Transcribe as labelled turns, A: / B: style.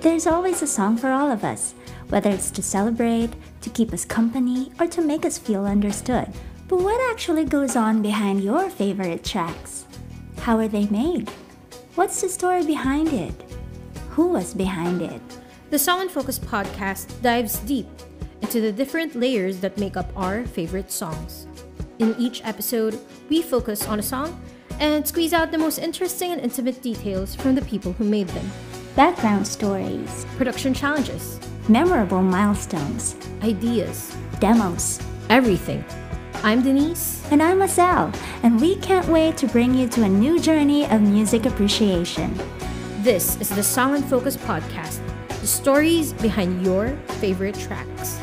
A: There's always a song for all of us, whether it's to celebrate, to keep us company, or to make us feel understood. But what actually goes on behind your favorite tracks? How are they made? What's the story behind it? Who was behind it?
B: The Song and Focus podcast dives deep into the different layers that make up our favorite songs. In each episode, we focus on a song and squeeze out the most interesting and intimate details from the people who made them,
A: Background stories,
B: production challenges,
A: memorable milestones,
B: ideas,
A: demos,
B: everything. I'm Denise.
A: And I'm Marcel, and we can't wait to bring you to a new journey of music appreciation.
B: This is the Song and Focus podcast, the stories behind your favorite tracks.